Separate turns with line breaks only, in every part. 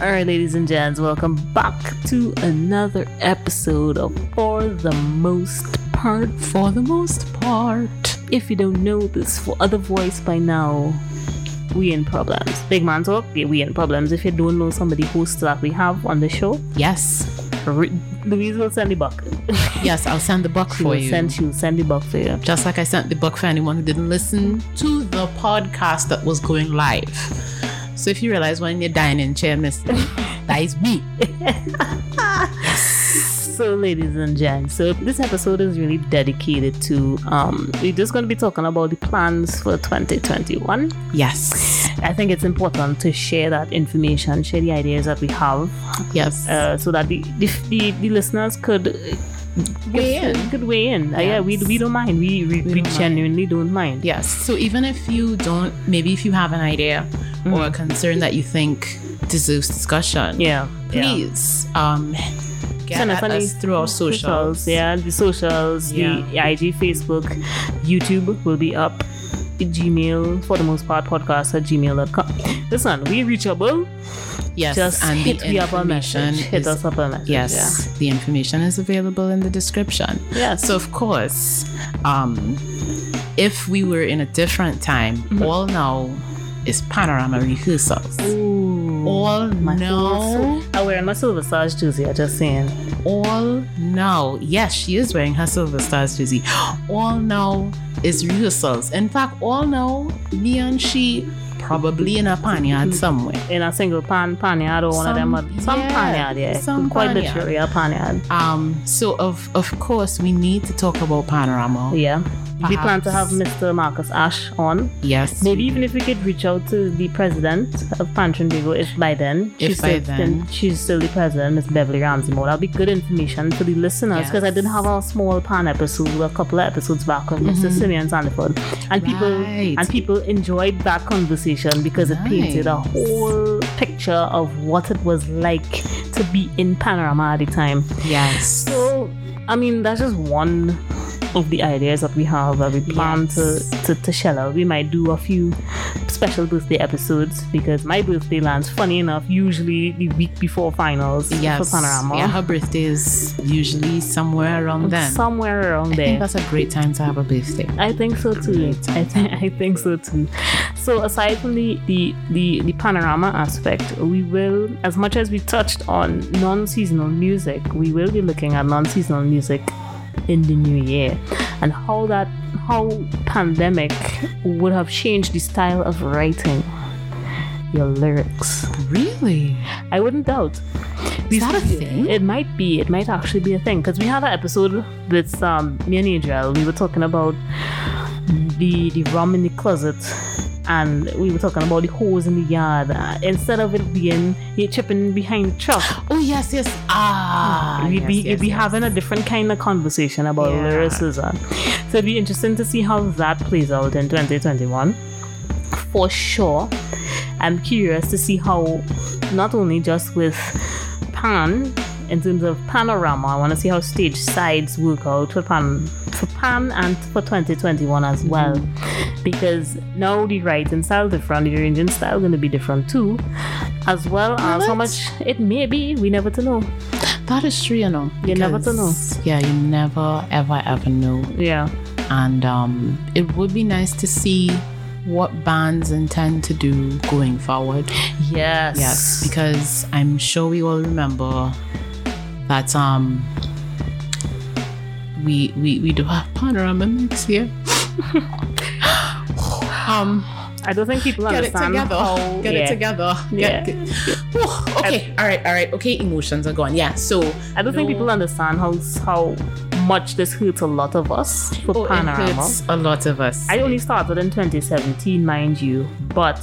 All right, ladies and gents, welcome back to another episode of For the Most Part. For the Most Part. If you don't know this for other voice by now, we in problems. Big man talk, yeah, we in problems. If you don't know somebody host that we have on the show,
Yes.
Re- Louise will send the buck.
Yes, I'll send the buck
She
for
will
you.
send she will send the buck for you.
Just like I sent the buck for anyone who didn't listen to the podcast that was going live. So if you realize when you're dining chair, miss, that is me.
So, ladies and gents, so this episode is really dedicated to um, we're just going to be talking about the plans for 2021.
Yes.
I think it's important to share that information, share the ideas that we have,
Yes.
uh, so that the the, the, the listeners could uh,
Weigh in.
Could weigh in. Uh, yeah, we,
Yes.
we don't mind. We we, we
don't mind.
genuinely don't mind.
yes. So even if you don't, maybe if you have an idea or a concern that you think deserves discussion,
Mm. Yeah. yeah.
please um, get
Send us
at
any
us through our socials.
Yeah, the socials,
Yeah.
the IG, Facebook, YouTube will be up. The Gmail, for the most part, podcast at gmail.com. Listen, we reachable.
Yes.
Just
and
hit
the
me up a
information
message. Hit
is-
us up a message.
Yes. The information is available in the description.
Yeah. yeah.
So of course, um, if we were in a different time,
Mm-hmm.
all now is panorama rehearsals.
Ooh.
All
My
now,
full sil- I wear my silver stars jersey. I just saying.
all now. Yes, she is wearing her silver stars jersey. All now is rehearsals. In fact, all now, me and she probably in a
Mm-hmm.
panyard somewhere.
In a single pan panyard or one of them.
Some-
uh, Some
yeah,
panyard, yeah.
some
Quite
panyard.
literally a panyard.
Um, so of of course we need to talk about panorama.
Yeah. We plan to have
Perhaps.
Mr. Marcus Ash on.
Yes.
Maybe even if we could reach out to the president of Pantronigo, if by then
If
she's
by
still,
then.
she's still the president, Miss Beverly Ramsey Moore. That'll be good information for the listeners because I did
Yes.
have a small pan episode a couple of episodes back with Mr. Simeon Sandiford, and people
Mm-hmm. Right.
and people enjoyed that conversation because it painted a
Nice.
whole picture of what it was like to be in Panorama at the time.
Yes.
So, I mean, that's just one of the ideas that we have that we plan
Yes.
to, to, to shell out. We might do a few special birthday episodes because my birthday lands, funny enough, usually the week before finals
Yes.
for Panorama.
Yeah, her birthday is usually somewhere around then.
Somewhere around
I think
there.
that's a great time to have a birthday.
I think so too.
Great.
I, th- I think so too. So aside from the, the the the panorama aspect, we will, as much as we touched on non-seasonal music, we will be looking at non-seasonal music in the new year and how that how pandemic would have changed the style of writing your lyrics.
Really?
I wouldn't doubt. We-
that a thing?
It might be. It might actually be a thing because we had an episode with um, me and Adriel. We were talking about the the rum in the closet, and we were talking about the hose in the yard. Uh, instead of it being you chipping behind the truck,
Oh yes, yes. Ah,
we'd
yes,
be
yes,
we'd be
yes.
having a different kind of conversation about
Yeah.
lyricism. So it'd be interesting to see how that plays out in 2021, for sure. I'm curious to see how, not only just with pan in terms of panorama, I want to see how stage sides work out for pan for pan and for 2021 as well,
Mm-hmm.
because now the writing style different, the arranging style going to be different too, as well as how
it?
much it may be. We never to know.
That is true, you know.
You never
because-
know.
Yeah, you never ever ever know.
Yeah.
And um, it would be nice to see what bands intend to do going forward.
Yes.
Yes, because I'm sure we all remember that um we we, we do have panorama next year. um
I don't think people
get it
understand.
together.
How,
get
yeah.
it together.
Yeah. Um,
Get, get- Whew, okay, all right, all right. Okay, emotions are gone. Yeah, so
I don't think
No.
people understand how how much this hurts a lot of us for
oh, it
panorama.
hurts a lot of us.
I only started in 2017, mind you, but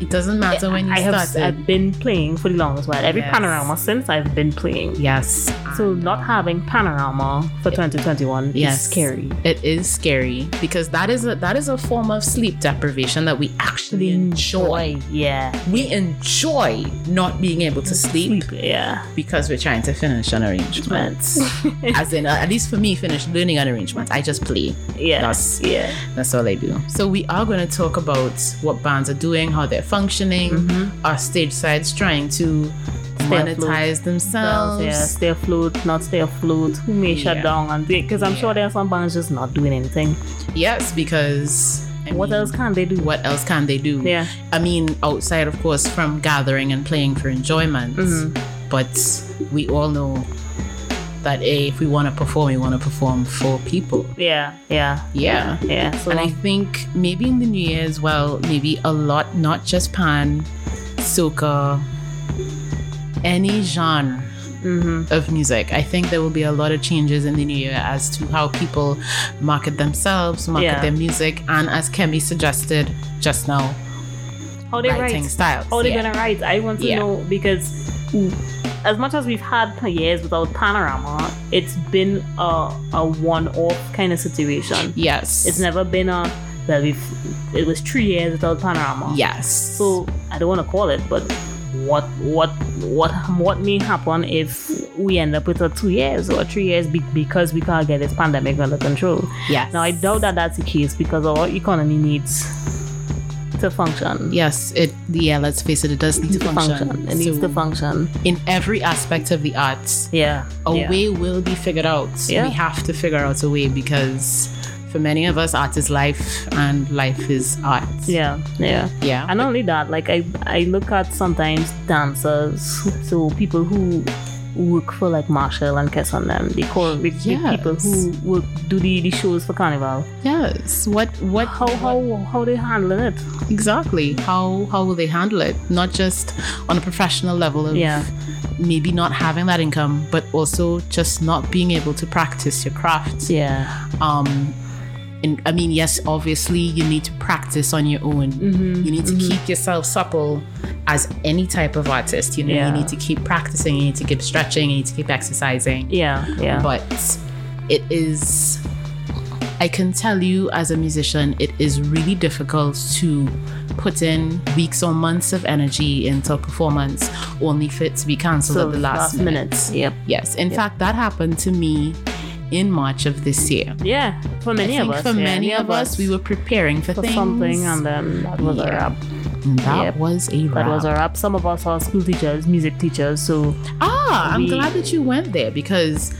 it doesn't matter when you
I have
started.
I've been playing for the longest while. Every
Yes.
panorama since I've been playing.
yes.
So not having panorama for 2021
Yes.
is scary.
It is scary because that is a that is a form of sleep deprivation that we actually enjoy.
yeah,
we enjoy not being able to sleep
sleep, yeah,
because we're trying to finish an arrangement. As in, uh, at least for me, finish learning an arrangement. I just play.
yeah,
That's-
yeah.
That's all I do. So we are going to talk about what bands are doing, how they're functioning, our stage sides trying to
Mm-hmm. stay afloat.
monetize themselves.
Yeah, stay afloat, not stay afloat. Who may shut
Um, Yeah.
down and because I'm sure there are some bands just not doing anything.
Yes, because I
what
mean,
else can they do?
What else can they do?
Yeah.
I mean, outside, of course, from gathering and playing for enjoyment.
Mhm.
But we all know that a, if we want to perform, we want to perform for people.
Yeah, yeah,
Yeah.
yeah. So
And I think maybe in the new year as well, maybe a lot, not just pan, soca, any genre
hmm
of music. I think there will be a lot of changes in the new year as to how people market themselves, market
Yeah.
their music, and as Kemi suggested just now,
how they
writing
write?
styles.
How they
Yeah.
gonna write? I want to
Yeah.
know because as much as we've had years without panorama, it's been a, a one-off kind of situation.
Yes.
It's never been a well, we've it was three years without panorama.
Yes.
So I don't want to call it, but what what what what may happen if we end up with a two years or three years be- because we can't get this pandemic under control?
yes.
Now I doubt that that's the case because our economy needs to function.
Yes, it. Yeah, let's face it. It does need to
To
function.
It needs to
So
function.
in every aspect of the arts,
Yeah.
a
yeah.
way will be figured out.
Yeah.
We have to figure out a way because for many of us, art is life, and life is art.
Yeah. Yeah.
Yeah.
And not only that, like I I look at sometimes dancers, so people who work for like Marshall and Kiss on them. They call with
Yes.
people who work do the, the shows for Carnival.
yes. What? What?
How how how they handling it?
Exactly. How how will they handle it? Not just on a professional level of
Yeah.
maybe not having that income, but also just not being able to practice your craft.
Yeah.
Um and I mean, yes, obviously you need to practice on your own. You need to keep yourself supple as any type of artist. You know,
Yeah.
you need to keep practicing, you need to keep stretching, you need to keep exercising.
Yeah. Yeah.
But it is I can tell you as a musician, it is really difficult to put in weeks or months of energy into a performance only for it to be cancelled at the last, minute.
Yep.
Yes. In fact, that happened to me in March of this year.
Yeah. For many
I
of
think
us.
for
yeah,
many of us, we were preparing for,
for
things.
something and then that was a
Yeah.
wrap.
And that
Yep.
was a
That
wrap.
was a wrap. Some of us are school teachers, music teachers, so
Ah, I'm
We-
glad that you went there because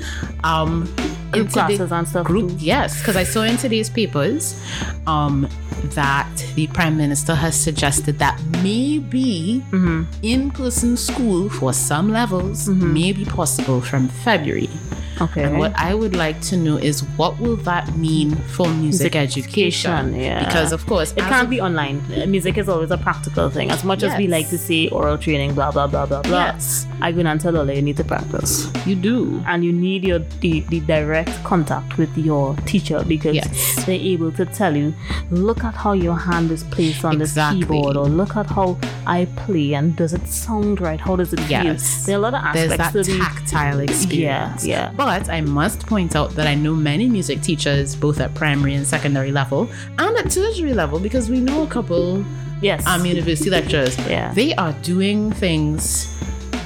um in
group
today-
classes and stuff.
group
too.
yes because i saw in today's papers um that the prime minister has suggested that maybe
Mhm.
in-person school for some levels may be possible from february
Mm-hmm. Okay.
and what i would like to know is what will that mean for music, education,
yeah.
because of course
it can't be online. Uh, Music is always a practical thing. As much as we
Yes.
like to say oral training, blah blah blah blah blah.
yes
I can tell Ola you need to practice.
you do
and you need your the, the direct contact with your teacher because
Yes.
they're able to tell you look at how your hand is placed on
Exactly.
this keyboard or look at how i play and does it sound right how does it
Yes.
feel there are a lot of
there's
aspects
that
to the
tactile experience.
yeah.
But I must point out that I know many music teachers, both at primary and secondary level, and at tertiary level, because we know a couple
yes
um, university lecturers.
Yeah.
They are doing things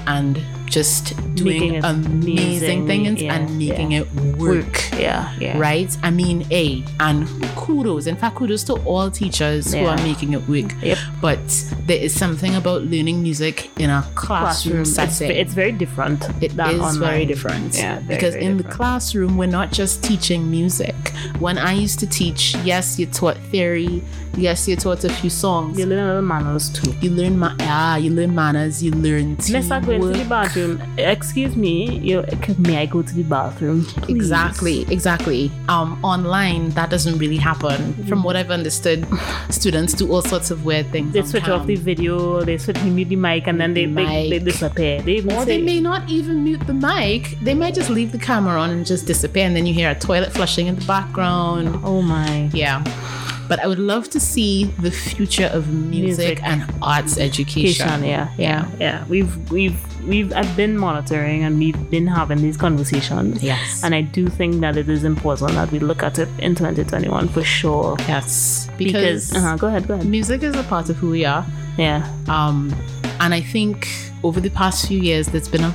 and just doing
Making it
amazing
amazing,
things
yeah,
and making it work.
work yeah yeah
Right? I mean, A, and kudos. In fact, kudos to all teachers who
Yeah.
are making it work.
Yep.
But there is something about learning music in a classroom,
It's-
setting.
It's, very different
It is
than online.
very different.
Yeah, very,
because
very
in the
different.
classroom, we're not just teaching music. When I used to teach, yes, you taught theory. Yes, you taught a few songs.
you
You,
learn a lot of manners too
learn ma- ah, you learn manners. You learn
Mr. Go to the
teamwork.
bathroom. Excuse me, you, may I go to the bathroom? please?"
Exactly, exactly. Um, online, that doesn't really happen. From what I've understood, students do all sorts of weird things.
They
on
switch off
cam.
the video, they switch they mute the mic, and then they, they, they
Mic.
disappear. They even
Or
say,
they may not even mute the mic. They might just leave the camera on and just disappear, and then you hear a toilet flushing in the background.
Oh my.
Yeah. But I would love to see the future of music,
Music.
and arts education.
Kishan, yeah,
Yeah.
yeah, yeah. We've, we've, we've. I've been monitoring, and we've been having these conversations.
Yes.
And I do think that it is important that we look at it in 2021 for sure.
yes. Because,
Because, uh-huh, go ahead, go ahead.
music is a part of who we are.
Yeah,
Um, and I think over the past few years, there's been a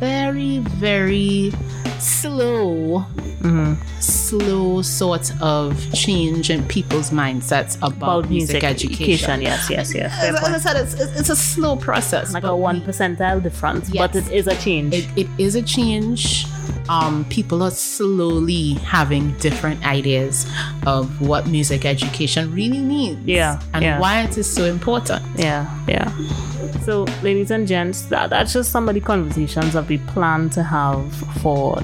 very, very slow,
Mm-hmm.
slow sort of change in people's mindsets about,
about
music, education.
Yes, yes, yes. Fair
As, as I
point.
said, it's, it's it's a slow process.
Like
but
a
we-
one percentile difference, but
Yes.
it is a change.
it, it is a change. Um, people are slowly having different ideas of what music education really needs
Yeah,
and
yeah.
why it is so important.
Yeah, yeah. So, ladies and gents, that, that's just some of the conversations that we plan to have for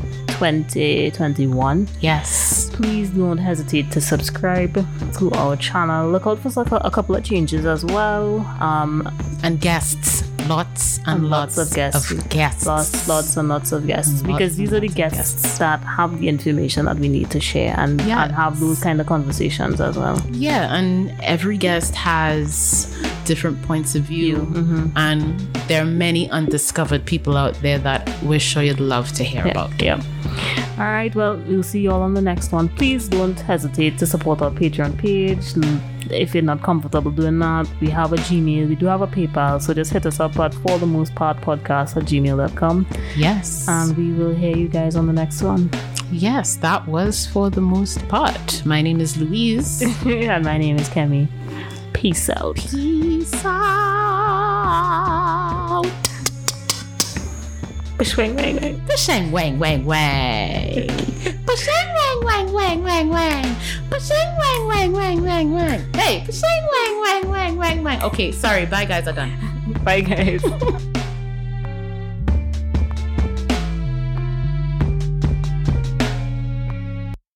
2021.
Yes.
Please don't hesitate to subscribe to our channel. Look out for so- a couple of changes as well. Um,
And guests. Lots and,
And
lots,
lots of guests.
Of guests.
lots, lots and lots of guests
Lots
because
and
these are the
lots of
guests,
guests.
that have the information that we need to share and,
Yes.
and have those kind of conversations as well.
Yeah, and every guest has different points of view.
mm-hmm.
And there are many undiscovered people out there that we're sure you'd love to hear about.
Yeah. All right. Well, we'll see you all on the next one. Please don't hesitate to support our Patreon page. L- If you're not comfortable doing that, we have a Gmail, we do have a PayPal, so just hit us up at for the most part podcast at gmail.com.
Yes.
And we will hear you guys on the next one.
yes, that was for the most part. My name is Louise.
and my name is Kemi. Peace out.
Peace out.
Wang, wang, wang.
Pushing wang wang wang. Pushing wang wang wang wang wang. Pushing wang wang wang wang wang. Hey, pushing wang wang wang wang wang. Okay, sorry. Bye, guys. I'm done.
Bye, guys.